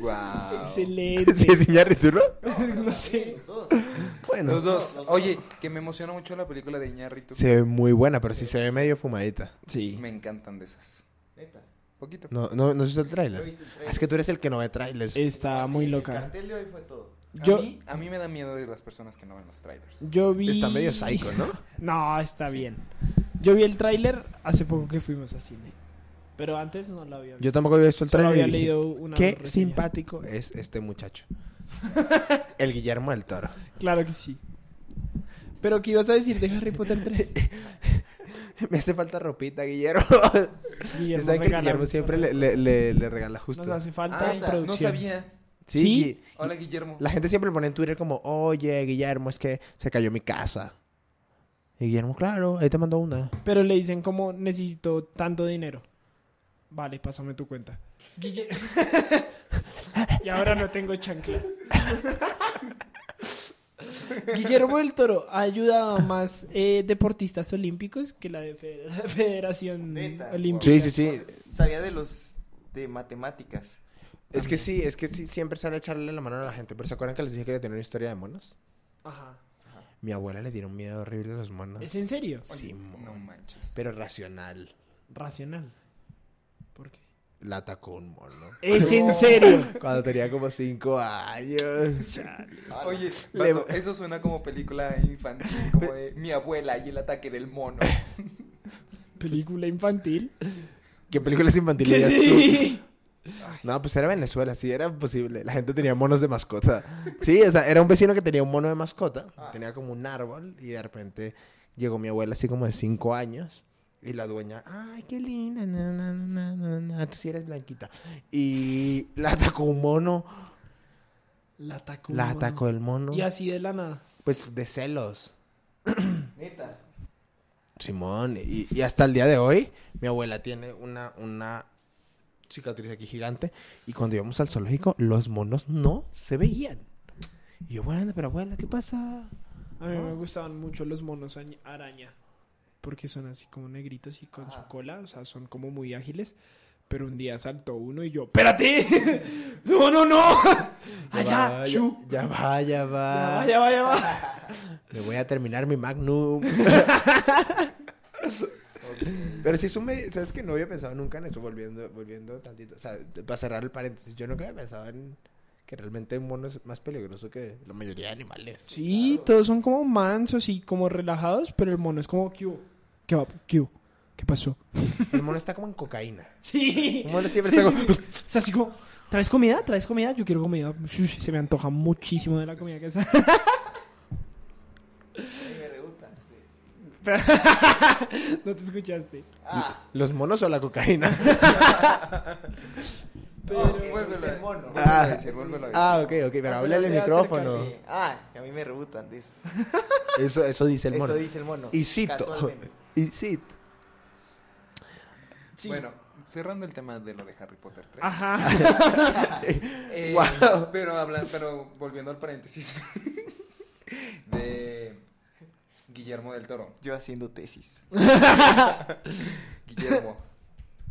S3: wow.
S1: Excelente.
S2: Ah, Sí, es Iñárritu, ¿no?
S1: no sé.
S4: Los dos.
S2: Bueno.
S3: Los dos. Oye, que me emociona mucho la película de Iñárritu.
S2: Se ve muy buena, pero sí se ve medio fumadita.
S1: Sí.
S3: Me encantan de esas.
S4: Neta.
S3: Poquito.
S2: No, no, no has visto el
S4: No he
S2: tráiler.
S4: visto el
S2: Ah,
S4: trailer.
S2: Es que tú eres el que no ve trailers.
S1: Está muy
S4: El
S1: loca.
S4: cartel de hoy fue todo.
S1: Yo,
S3: A, mí, a mí me da miedo de las personas que no ven los trailers.
S1: yo vi.
S2: Está medio psycho, ¿no?
S1: No, está bien. Yo vi el tráiler hace poco que fuimos a cine. Pero antes no la había visto.
S2: Yo tampoco había visto el
S1: Solo
S2: tráiler. y
S1: había
S2: dije,
S1: leído una
S2: Qué
S1: reseña.
S2: simpático es este muchacho. el Guillermo del Toro.
S1: Claro que sí. Pero ¿qué ibas a decir de Harry Potter 3?
S2: Me hace falta ropita, Guillermo.
S1: Guillermo,
S2: ¿Saben que el
S1: regala
S2: Guillermo
S1: mucho
S2: siempre le,
S1: regalo.
S2: le- le- le regala
S1: Nos
S2: justo?
S1: hace falta
S3: Ah,
S1: producción.
S3: no sabía.
S2: Sí,
S1: ¿Sí?
S2: Gui-
S3: Hola, Guillermo.
S2: La gente siempre pone en Twitter como, oye, Guillermo, es que se cayó mi casa. Y Guillermo, claro, ahí te mandó una.
S1: Pero le dicen como necesito tanto dinero. Vale, pásame tu cuenta. Guille- y ahora no tengo chancla. Guillermo del Toro ha ayudado a más eh, deportistas olímpicos que la de fe- la Federación
S4: Neta.
S1: Olímpica.
S2: Sí, sí, sí.
S4: Sabía de los de matemáticas.
S2: Es que sí, es que sí, siempre sale a echarle la mano a la gente. Pero ¿se acuerdan que les dije que le tenía una historia de monos?
S1: Ajá.
S2: Mi abuela le tiene un miedo horrible a los monos.
S1: ¿Es en serio?
S3: Oye,
S2: Sí,
S3: no
S2: mon.
S3: manches.
S2: Pero racional.
S1: Racional. ¿Por qué?
S2: La atacó un mono.
S1: ¿Es en serio?
S2: Cuando tenía como cinco años.
S3: Oye,
S2: Le-
S3: vato, eso suena como película infantil, como de mi abuela y el ataque del mono.
S1: ¿Película infantil?
S2: ¿Qué películas infantiles veías tú? No, pues era Venezuela, sí, era posible. La gente tenía monos de mascota. Sí, o sea, era un vecino que tenía un mono de mascota.
S4: Ah.
S2: Tenía como un árbol y de repente llegó mi abuela así como de cinco años. Y la dueña, ay, qué linda, na, na, na, na, na, na, tú sí eres blanquita. Y la atacó un mono,
S1: La atacó.
S2: la
S1: mano.
S2: atacó el mono.
S1: Y así de la nada.
S2: Pues de celos.
S4: Neta.
S2: Simón, y, y hasta el día de hoy, mi abuela tiene una, una cicatriz aquí gigante. Y cuando íbamos al zoológico, los monos no se veían. Y yo, bueno, pero abuela, ¿qué pasa?
S1: A mí
S2: Ah.
S1: me gustaban mucho los monos añ- araña. Porque son así como negritos y con
S2: Ah.
S1: su
S4: Ajá.
S1: cola. O sea, son como muy ágiles. Pero un día saltó uno y yo, ¡Espérate! ¡No, no, no! ¡Allá!
S2: va,
S1: ¡Chu!
S2: "Ah, ya, ya va, ya
S1: Ya
S2: va. Ah,
S1: va, ya va, ya va.
S2: Me voy a terminar mi magnum. Pero sí es un medio, sabes que no había pensado nunca en eso, volviendo, volviendo tantito. O sea, para cerrar el paréntesis, yo nunca había pensado en que realmente un mono es más peligroso que la mayoría de animales.
S1: Sí, todos son como mansos y como relajados. Pero el mono es como, ¿qué hubo? ¿Qué va? ¿Qué hubo? ¿Qué pasó?
S2: El mono está como en cocaína.
S1: Sí.
S2: El mono siempre
S1: Sí,
S2: está
S1: sí,
S2: como...
S1: sí. O sea, así como, ¿traes comida? ¿Traes comida? Yo quiero comida. Shush, se me antoja muchísimo de la comida que está.
S4: me rebota.
S1: no te escuchaste.
S4: Ah,
S2: ¿Los monos o la cocaína?
S4: pero
S3: Ah,
S4: es
S3: vuélvelo a-
S4: el mono.
S3: vuélvelo a decir, vuélvelo a decir.
S2: Ah, ok, ok. Pero háblale el
S4: Voy a
S2: micrófono.
S4: acercarte. Ah, que a mí me rebutan de eso.
S2: Eso, eso dice el
S4: Eso
S2: mono.
S4: dice el mono.
S2: Y cito.
S4: Casualmente.
S2: Y cito.
S1: Sí.
S3: Bueno, cerrando el tema de lo de Harry Potter 3.
S1: Ah, Ajá.
S3: Eh,
S2: Guau.
S3: pero, habla- pero volviendo al paréntesis de Guillermo del Toro.
S4: Yo haciendo tesis.
S3: Guillermo,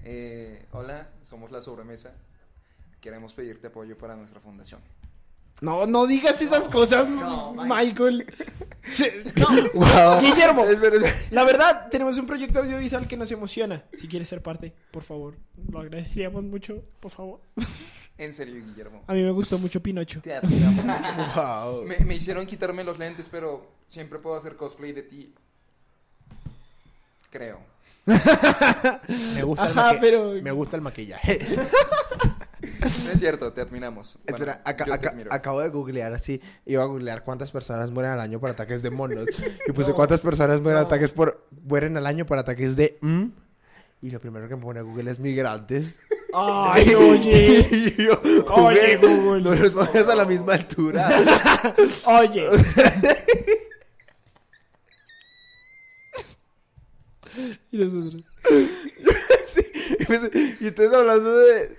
S3: eh, hola, somos la sobremesa. Queremos pedirte apoyo para nuestra fundación.
S1: No, no digas esas cosas,
S4: no,
S1: Michael. Sí, no.
S2: Wow.
S1: Guillermo.
S2: Es verdad.
S1: La verdad, tenemos un proyecto audiovisual que nos emociona. Si quieres ser parte, por favor. Lo agradeceríamos mucho, por favor.
S3: En serio, Guillermo.
S1: A mí me gustó mucho Pinocho.
S3: Te admiramos mucho.
S2: Wow.
S3: Me, me hicieron quitarme los lentes, pero siempre puedo hacer cosplay de ti. Creo.
S2: Me gusta,
S1: Ajá,
S2: el maqui-
S1: pero-
S2: me gusta el maquillaje.
S3: No es cierto, te admiramos. Bueno,
S2: Espera, aca-
S3: yo te
S2: aca-
S3: admiro.
S2: acabo de googlear así. Iba a googlear cuántas personas mueren al año por ataques de monos. Y puse cuántas personas mueren,
S4: no.
S2: ataques por, mueren al año por ataques de... mm. Y lo primero que me pone Google es migrantes.
S1: Ay, oye.
S2: Y yo,
S1: Oye,
S2: Google,
S1: Google.
S2: No los pones a la misma altura.
S1: Oye. y nosotros.
S2: Y me dice, y ustedes hablando de,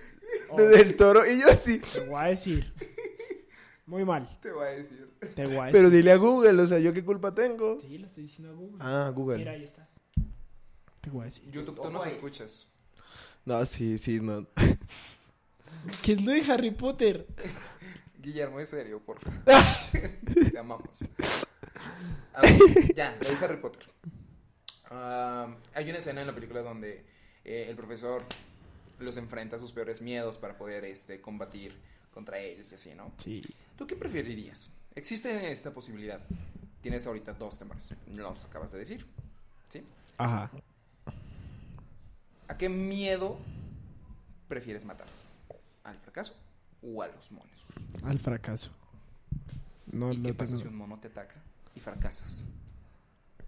S2: de- del toro. Y yo así...
S1: Oh, Te voy a decir. Muy mal.
S3: Te voy a decir.
S1: Te voy a decir.
S2: Pero dile a Google, o sea, ¿yo qué culpa tengo?
S1: Sí, lo estoy diciendo a Google.
S2: Ah,
S1: Mira,
S2: Google.
S1: ahí está. Te voy a decir.
S3: YouTube, tú
S4: Ojo
S3: nos
S4: ahí.
S3: escuchas.
S2: No, sí, sí, no.
S1: ¿Qué es lo de Harry Potter?
S3: Guillermo, en serio, por favor. Te amamos. A ver, ya, la de Harry Potter. Am, hay una escena en la película donde eh, el profesor los enfrenta a sus peores miedos para poder este, combatir contra ellos y así, ¿no?
S1: Sí.
S3: ¿Tú qué preferirías? Existe esta posibilidad. Tienes ahorita dos temores. Los acabas de decir. ¿Sí?
S1: Ajá.
S3: ¿A qué miedo prefieres matar? ¿Al fracaso o a los monos?
S1: Al fracaso. No,
S3: ¿Y
S1: no
S3: qué pasa
S1: tengo-
S3: si un mono te ataca y fracasas?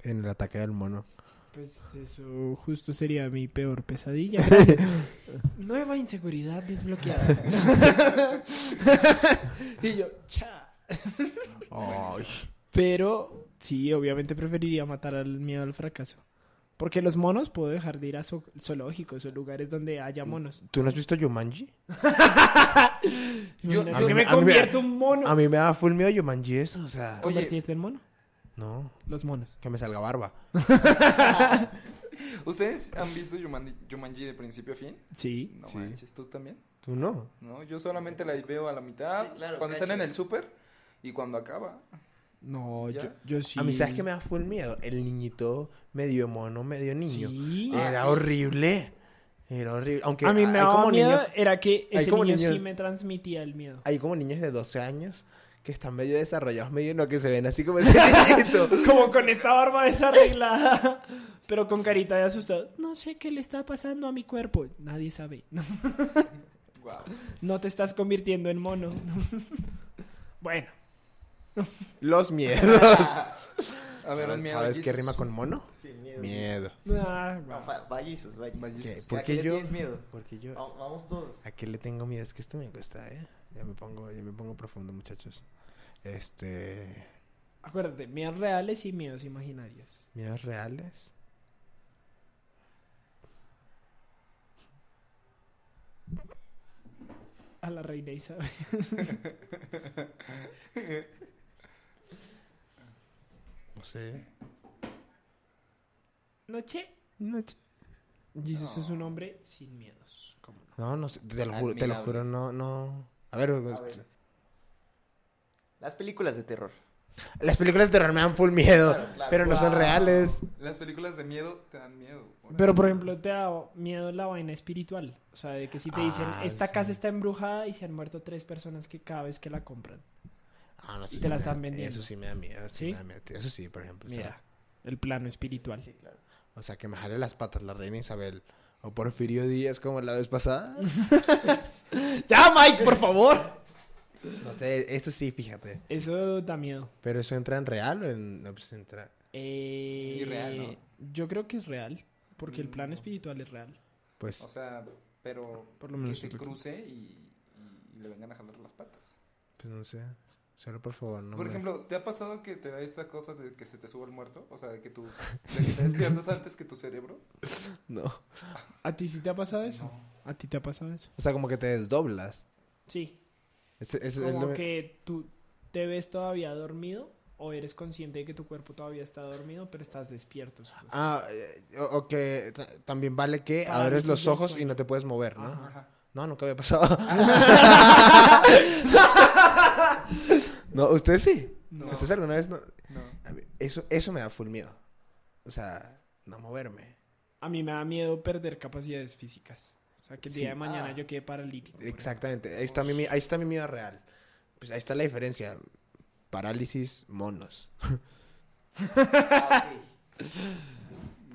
S2: En el ataque del mono.
S1: Pues eso justo sería mi peor pesadilla. Nueva inseguridad desbloqueada. y yo, cha.
S2: Ay.
S1: Pero sí, obviamente preferiría matar al miedo al fracaso. Porque los monos puedo dejar de ir a zo- zoológicos o lugares donde haya
S2: Mm.
S1: monos.
S2: ¿Tú no has visto Yumanji?
S1: Yo,
S2: a mí
S1: que me
S2: me- a mí me- Ah,
S1: convierto en un mono.
S2: A mí me da full miedo Yumanji eso, o sea.
S3: Oye.
S1: ¿Convertirte en mono?
S2: No,
S1: Los monos.
S2: que me salga barba.
S3: ¿Ustedes han visto Jumanji, Jumanji de principio a fin?
S1: Sí.
S3: No
S2: Sí.
S3: manches, ¿tú también?
S2: ¿Tú no?
S3: No, yo solamente la veo a la mitad,
S4: Sí, claro,
S3: cuando están en
S4: cachas.
S3: el súper y cuando acaba.
S1: No, yo,
S3: ¿Ya?
S1: yo sí.
S2: A mí, ¿sabes qué me da full miedo? El niñito medio mono, medio niño.
S1: Sí.
S2: Era horrible. Era horrible. Aunque
S1: a mí
S2: hay
S1: me daba
S2: como
S1: miedo
S2: niños-
S1: era que
S2: hay
S1: ese
S2: como
S1: niño sí
S2: niños-
S1: me transmitía el miedo.
S2: hay como niños de 12 años que están medio desarrollados, medio no, que se ven así como ese niñito.
S1: Como con esta barba desarreglada, pero con carita de asustado. No sé qué le está pasando a mi cuerpo. Nadie sabe. No,
S3: Wow.
S1: no te estás convirtiendo en mono. Bueno,
S2: Los miedos.
S3: A ver, un
S2: ¿Sabes,
S3: miedo.
S2: sabes qué
S3: Jesús.
S2: rima con mono?
S4: Sin miedo.
S2: Miedo.
S1: ah,
S4: No,
S1: guau.
S4: fa- vallizos, vallizos.
S2: ¿Qué?
S4: ¿A
S2: ¿Por
S4: qué
S2: qué
S4: le
S2: yo?
S4: tienes miedo?
S2: Porque yo.
S4: Va- Vamos todos.
S2: ¿A qué le tengo miedo? Es que esto me cuesta, ¿eh? Ya me pongo, ya me pongo profundo, muchachos. Este.
S1: acuérdate, miedos reales y miedos imaginarios.
S2: ¿Miedos reales?
S1: A la reina Isabel.
S2: No sé.
S1: Noche.
S2: No, ch-
S1: Jesús es un hombre sin miedos. ¿Cómo no?
S2: no, no sé. Te lo juro, te lo
S3: Admirable.
S2: juro, no, no. A ver,
S4: ver. Las películas de terror.
S2: las películas de terror me dan full miedo,
S4: Claro, claro.
S2: pero no son
S4: Wow.
S2: reales.
S3: Las películas de miedo te dan miedo. Ahora,
S1: Pero por ejemplo, te da miedo la vaina espiritual. O sea, de que si te dicen,
S2: Ah,
S1: esta
S2: sí.
S1: casa está embrujada y se han muerto tres personas que cada vez que la compran.
S2: Ah, no,
S1: Y
S2: sé.
S1: te la están vendiendo.
S2: Eso sí me da miedo, eso sí
S1: ¿Sí?
S2: me da miedo. Eso sí, por ejemplo. o sea,
S1: Mira, el plano espiritual.
S4: Sí, claro.
S2: O sea, que me jale las patas la reina Isabel. O Porfirio Díaz como la vez pasada.
S1: ¡Ya, Mike, por favor!
S2: No sé, eso sí, fíjate.
S1: Eso da miedo.
S2: Pero eso entra en real o en... No, pues entra...
S1: Eh,
S3: Irreal, ¿no?
S1: Yo creo que es real, porque el
S3: Mm,
S1: plan
S3: no sé.
S1: espiritual es real.
S2: Pues...
S3: O sea, pero
S1: Por lo menos
S3: que se
S1: yo creo que-
S3: cruce y, y le vengan a jalar las patas.
S2: Pues no sé. Solo por favor, no.
S3: Por
S2: me-
S3: ejemplo, ¿te ha pasado que te da esta cosa de que se te sube el muerto? O sea, de que tú de que te despiertas antes que tu cerebro.
S2: No.
S1: ¿A ti sí te ha pasado eso?
S3: No.
S1: ¿A ti te ha pasado eso?
S2: O sea, como que te desdoblas.
S1: Sí.
S2: Ese- ese es
S1: Como
S2: lo-
S1: que tú te ves todavía dormido o eres consciente de que tu cuerpo todavía está dormido, pero estás despierto. supuesto.
S2: Ah, eh, o, o que ta- también vale que
S1: Parálisis
S2: abres los
S1: del
S2: ojos y
S1: sueño.
S2: no te puedes mover, ¿no?
S1: Ajá.
S3: Ajá.
S2: No, nunca había pasado. no, ¿ustedes sí?
S3: No.
S2: ¿Ustedes alguna vez no?
S3: No.
S2: A mí- eso, eso me da full miedo. O sea, no moverme.
S1: A mí me da miedo perder capacidades físicas. O sea, que el
S2: Sí.
S1: día de mañana
S3: Ah.
S1: yo quede paralítico. por
S2: Exactamente. Ahí está mi, mi- ahí está mi miedo real. Pues ahí está la diferencia. Parálisis, monos.
S4: Ah, ok.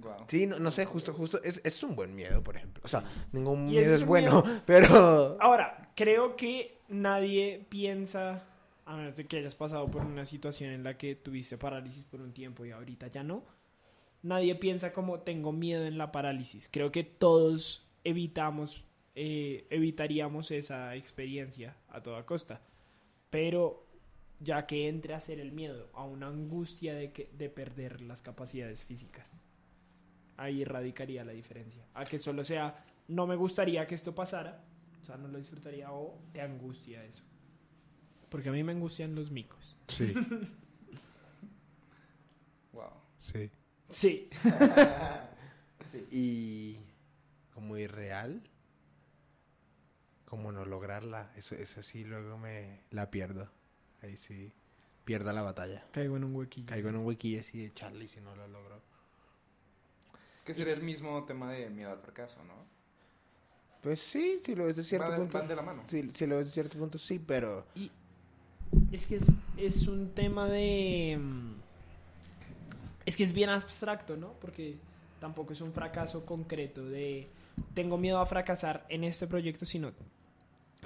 S3: Guau.
S2: Sí, no, no sé, justo, justo. Es, es un buen miedo, por ejemplo. O sea, ningún
S1: Y ese
S2: miedo
S1: es
S2: es
S1: un
S2: bueno, pero.
S1: ejemplo. Ahora, creo que nadie piensa, a menos de que hayas pasado por una situación en la que tuviste parálisis por un tiempo y ahorita ya no, nadie piensa como tengo miedo en la parálisis. Creo que todos evitamos, eh, evitaríamos esa experiencia a toda costa. Pero ya que entre a ser el miedo, a una angustia de, que, de perder las capacidades físicas. Ahí radicaría la diferencia. A que solo sea, no me gustaría que esto pasara, o sea, no lo disfrutaría o te angustia eso. Porque a mí me angustian los micos.
S2: Sí,
S3: Guau.
S2: sí.
S1: Sí.
S2: Y como irreal, como no lograrla, eso, eso sí luego me la pierdo. Ahí sí, pierdo la batalla.
S1: Caigo en un huequillo.
S2: Caigo en un wiki así de Charlie si no lo logro.
S3: Que sería el mismo tema de miedo al fracaso, ¿no?
S2: Pues sí, si lo ves de cierto
S3: Van de-
S2: punto.
S3: van de la mano.
S2: Sí, si lo ves de cierto punto, sí, pero
S1: Y es que es, es un tema de... mm, Es que es bien abstracto, ¿no? Porque tampoco es un fracaso concreto de... Tengo miedo a fracasar en este proyecto, sino...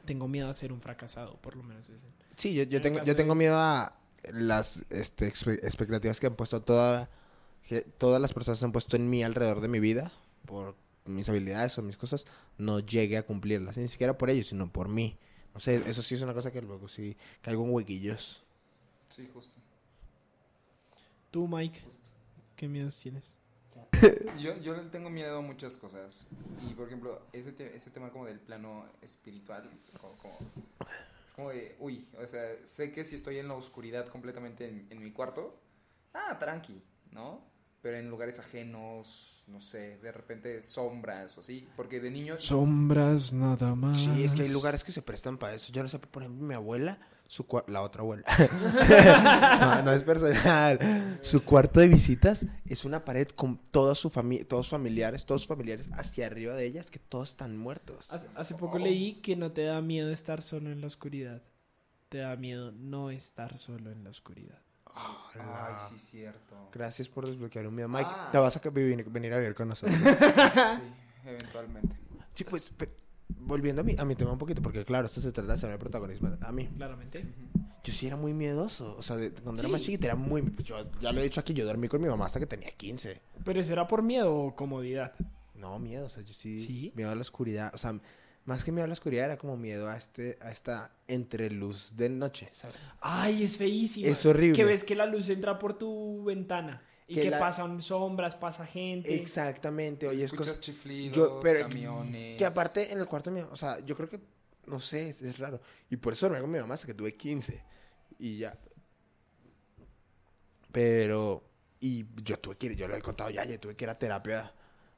S1: Tengo miedo a ser un fracasado, por lo menos. ese.
S2: sí, yo, yo
S1: El
S2: tengo, yo
S1: caso
S2: tengo
S1: es-
S2: miedo a las este, expe- expectativas que han puesto toda, que todas las personas han puesto en mí alrededor de mi vida por mis habilidades o mis cosas, no llegue a cumplirlas, ni siquiera por ellos, sino por mí. No sé, eso sí es una cosa que luego sí caigo en huequillos.
S3: Sí, justo.
S1: Tú, Mike, ¿qué miedos tienes?
S3: Yo, yo le tengo miedo a muchas cosas. Y por ejemplo, ese, te- ese tema como del plano espiritual, como, como- es como de, uy, o sea, sé que si estoy en la oscuridad completamente en, en mi cuarto, ah, tranqui, ¿no? Pero en lugares ajenos, no sé, de repente sombras o así, porque de niño...
S1: Sombras nada más.
S2: Sí, es que hay lugares que se prestan para eso. Yo no sé, por ejemplo, mi abuela, su cua- la otra abuela. no, no es personal. Su cuarto de visitas es una pared con toda su familia, todos sus familiares, todos sus familiares hacia arriba de ellas que todos están muertos.
S1: Hace, hace poco leí que no te da miedo estar solo en la oscuridad. Te da miedo no estar solo en la oscuridad.
S3: Ay, sí, cierto.
S2: Gracias por desbloquear un miedo. Mike,
S4: Ah.
S2: te vas a que- venir, venir a vivir con nosotros.
S3: Sí, eventualmente.
S2: sí, pues, pe- volviendo a mi, a mi tema un poquito, porque claro, esto se trata de saber protagonismo. A mí,
S1: Claramente.
S3: Ujú.
S2: yo sí era muy miedoso. O sea, de- cuando era más
S1: Sí.
S2: chiquita, era muy. pues, yo- ya lo he dicho aquí, yo dormí con mi mamá hasta que tenía 15.
S1: Pero eso era por miedo o comodidad.
S2: No, miedo, o sea, yo sí,
S1: ¿Sí?
S2: miedo a la oscuridad, o sea, más que miedo a la oscuridad era como miedo a este a esta entreluz de noche, ¿sabes?
S1: Ay, es feísimo.
S2: Es horrible.
S1: Que ves que la luz entra por tu ventana. Y
S2: Que
S1: que,
S2: la-
S1: pasan sombras, pasa gente.
S2: Exactamente, oye, es
S3: Escuchas
S2: cosas
S3: chiflidos,
S2: yo- pero-
S3: camiones.
S2: que aparte en el cuarto mío, o sea, yo creo que no sé, es, es raro. Y por eso dormí con mi mamá hasta que tuve 15 y ya. Pero y yo tuve que ir, yo lo he contado ya, yo tuve que ir a terapia.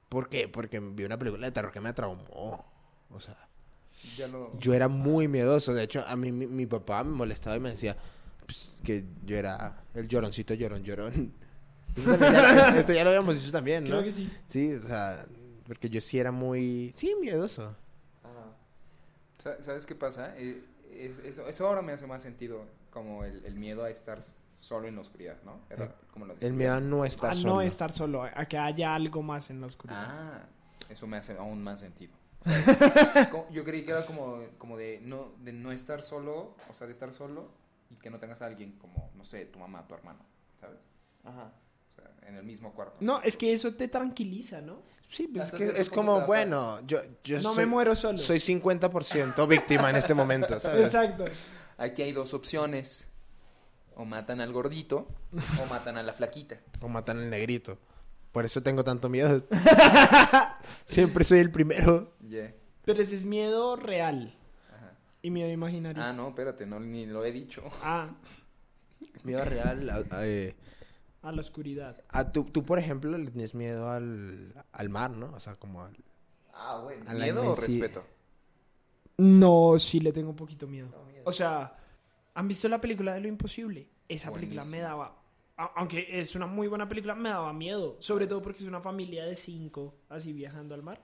S2: ¿Por qué? Porque vi una película de terror que me traumó. O sea,
S3: Ya lo...
S2: Yo era muy miedoso. De hecho, a mí mi, mi papá me molestaba y me decía pues, que yo era el lloroncito, llorón, llorón. Esto también ya- esto ya lo habíamos dicho también, ¿no?
S1: Creo que sí.
S2: Sí, o sea, porque yo sí era muy... Sí, miedoso.
S4: Ajá.
S3: Sa- ¿Sabes qué pasa? Eh, es- eso, eso ahora me hace más sentido, como el, el miedo a estar s- solo en la oscuridad, ¿no? Era como lo
S2: El
S3: describías.
S2: miedo a no estar
S1: a
S2: solo.
S1: Ah, no estar solo, a que haya algo más en la oscuridad.
S3: Ah, eso me hace aún más sentido. O sea, co- Yo creí que era como, como de, no, de no estar solo, o sea, de estar solo y que no tengas a alguien como, no sé, tu mamá, tu hermano, ¿sabes?
S4: Ajá.
S3: O sea, en el mismo cuarto.
S1: No, es que eso te tranquiliza, ¿no?
S2: Sí, pues es,
S3: Hasta
S2: que
S3: cierto
S2: es
S3: punto te
S2: como,
S3: da
S2: bueno, yo, yo
S1: no
S2: soy,
S1: me muero solo.
S2: soy 50% víctima en este momento, ¿sabes?
S1: Exacto.
S3: Aquí hay dos opciones. O matan al gordito o matan a la flaquita.
S2: O matan al negrito. Por eso tengo tanto miedo. Siempre soy el primero.
S3: Yeah.
S1: Pero ese es miedo real
S3: Ajá.
S1: y miedo imaginario.
S3: Ah, no, espérate, no, ni lo he dicho.
S1: Ah,
S2: Miedo real. a- a, eh,
S1: a la oscuridad.
S2: a- Ah, tú, tú, por ejemplo, le tienes miedo al, al mar, ¿no? O sea, como al...
S4: Ah, bueno.
S2: A la
S3: ¿Miedo o
S2: inmensi-
S3: respeto?
S1: No, sí le tengo un poquito miedo.
S4: No, miedo.
S1: O sea, ¿han visto la película de lo imposible? Esa película me
S3: Buenísima.
S1: daba. a- Aunque es una muy buena película, me daba miedo. Sobre todo porque es una familia de cinco, así viajando al mar.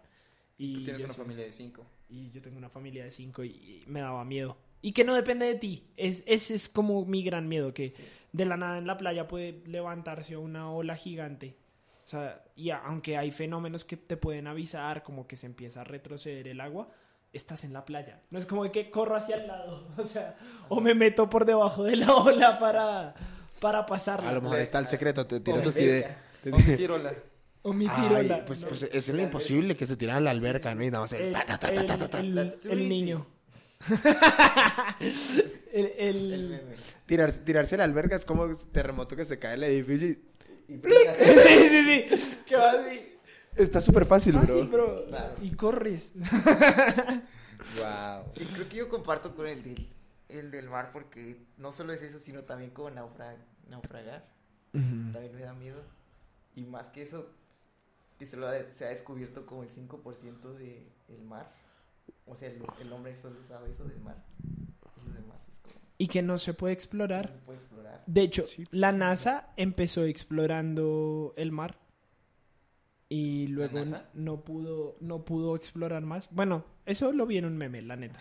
S1: Y
S3: Tú tienes
S1: yo
S3: una
S1: soy-
S3: familia de cinco.
S1: Y yo tengo una familia de cinco y, y me daba miedo. Y que no depende de ti. Es, ese es como mi gran miedo, que de la nada en la playa puede levantarse una ola gigante. O sea, y a- aunque hay fenómenos que te pueden avisar, como que se empieza a retroceder el agua, estás en la playa. No es como de que corro hacia el lado, o sea, o me meto por debajo de la ola para, para pasarla.
S2: A lo mejor
S3: Le-
S2: está el secreto, te tiras
S3: Con
S2: así de...
S3: beca, con tirola.
S1: O mi tiro
S2: Ay,
S1: la-
S2: pues,
S1: no.
S2: pues es lo imposible que se tirara a la alberca, ¿no? Y nada más el...
S1: El,
S2: pa, ta, ta, ta, ta, ta, ta.
S1: el-
S4: That's too
S1: el
S4: easy.
S1: niño. El- el-
S4: El meme.
S2: Tirarse, tirarse a la alberca es como terremoto que se cae el edificio y...
S4: Y pegas-
S1: sí, sí, sí. Que va así.
S2: Está súper fácil,
S1: Fácil,
S2: bro.
S1: bro.
S4: Claro.
S1: Y corres.
S3: Wow.
S4: Sí, creo que yo comparto con el del, el del mar porque no solo es eso, sino también como naufra- naufragar. También me da miedo. Y más que eso, que se, lo ha- se ha descubierto como el 5% del mar. O sea, el, el hombre solo sabe eso del mar. Y lo demás es como...
S1: Y que no se puede
S4: No
S1: explorar.
S4: se puede explorar.
S1: De hecho,
S2: Sí, pues,
S1: la
S2: sí.
S1: NASA empezó explorando el mar. Y luego
S3: NASA?
S1: n- no pudo, no pudo explorar más. Bueno, eso lo vi en un meme, la neta.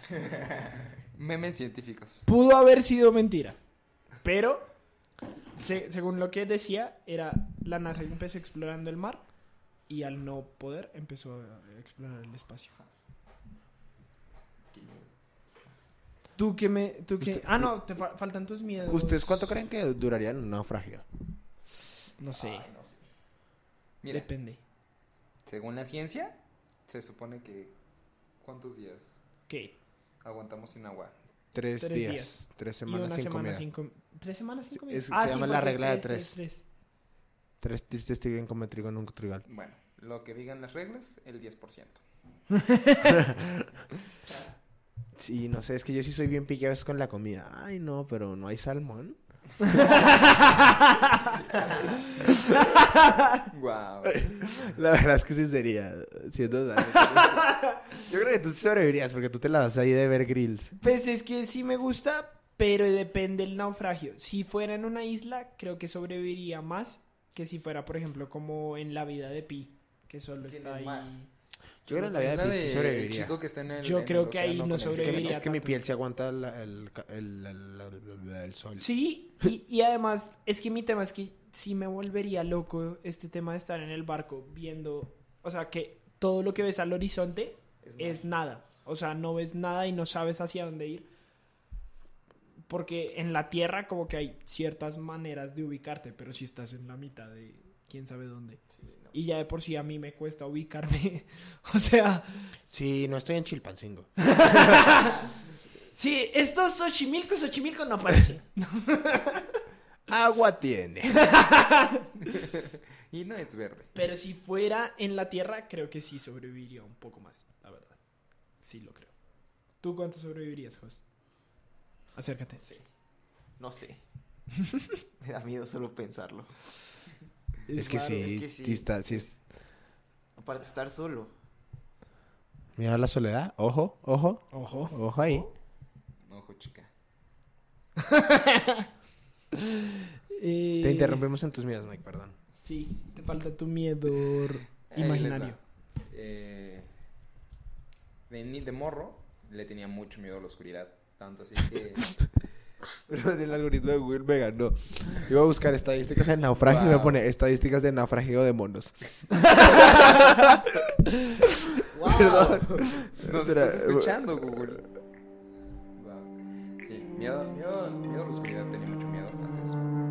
S3: Memes científicos.
S1: Pudo haber sido mentira. Pero, se- según lo que decía, era la NASA empezó explorando el mar. Y al no poder, empezó a explorar el espacio.
S4: Qué miedo.
S1: Tú que me. Tú que...
S2: Usted-
S1: ah, no, te fa- faltan tus miedos.
S2: ¿Ustedes cuánto creen que durarían un naufragio?
S1: No sé.
S4: Ay, no sé.
S3: Mira,
S1: Depende.
S3: según la ciencia, se supone que ¿cuántos días
S1: ¿Qué?
S3: aguantamos sin agua?
S2: Tres,
S1: Tres
S2: días,
S1: días.
S2: Tres semanas
S1: y una
S2: sin
S1: semana
S2: comida.
S1: sin com- ¿Tres semanas sin
S2: Sí,
S1: comida? Ah,
S2: es- se llama la
S1: porque es
S2: regla de
S1: tres,
S2: Tres tristes tigres comen trigo en un trigal.
S3: Bueno, lo que digan las reglas, el 10%.
S2: Sí, no sé, es que yo sí soy bien piqueo con la comida. Ay, no, pero no hay salmón.
S3: Wow.
S2: La verdad es que sí sería, siendo honesto. Yo creo que tú sí sobrevivirías porque tú te la das ahí de ver grills.
S1: Pues es que sí me gusta, pero depende del naufragio. Si fuera en una isla, creo que sobreviviría más que si fuera, por ejemplo, como en la vida de Pi, que solo
S4: Que en
S1: está
S4: el
S1: ahí.
S4: mar.
S2: Yo creo que la vida de
S3: La
S2: Pi sí
S3: del
S2: sobreviviría.
S3: chico que está en el-
S1: Yo
S3: en
S1: creo
S3: el
S1: que ahí
S3: océano
S1: no
S2: Es
S3: con el
S2: que,
S1: sobreviviría.
S2: es que mi
S1: tanto.
S2: piel se aguanta la- el, ca- el- el- el- el sol.
S1: Sí, y, y además, es que mi tema es que sí me volvería loco este tema de estar en el barco viendo, o sea, que todo lo que ves al horizonte
S4: Es
S1: es
S4: más,
S1: nada. O sea, no ves nada y no sabes hacia dónde ir. Porque en la Tierra como que hay ciertas maneras de ubicarte, pero si estás en la mitad de quién sabe dónde.
S4: sí, no.
S1: Y ya de por sí a mí me cuesta ubicarme. o sea,
S2: Sí, no estoy en Chilpancingo.
S1: sí, esto es Xochimilco, Xochimilco no aparece.
S2: Agua tiene.
S3: Y no es verde.
S1: pero si fuera en la Tierra, creo que sí sobreviviría un poco más, la verdad. Sí lo creo. ¿Tú cuánto sobrevivirías, Jos? Acércate.
S4: No sé. No sé. me da miedo solo pensarlo.
S2: Es que
S1: raro.
S2: sí,
S4: es que
S2: sí,
S4: sí.
S2: está, sí es...
S4: Aparte estar solo.
S2: Mira la soledad, ojo, ojo,
S1: Ojo.
S2: ojo ahí.
S3: Ojo, chica.
S2: Te interrumpimos en tus miedos, Mike, perdón.
S1: Eh, Sí, te falta tu miedo r-
S3: Ahí les
S1: imaginario.
S3: va. Eh, de, ni- de morro le tenía mucho miedo a la oscuridad. Tanto así que
S2: Pero en el algoritmo de Google me ganó. Iba a buscar estadísticas de naufragio y me
S3: Wow.
S2: pone estadísticas de naufragio de monos.
S4: ¡Wow!
S3: Nos
S2: Espera,
S3: estás escuchando, Google. Wow. Sí, miedo, miedo, miedo a la oscuridad. Tenía mucho miedo antes.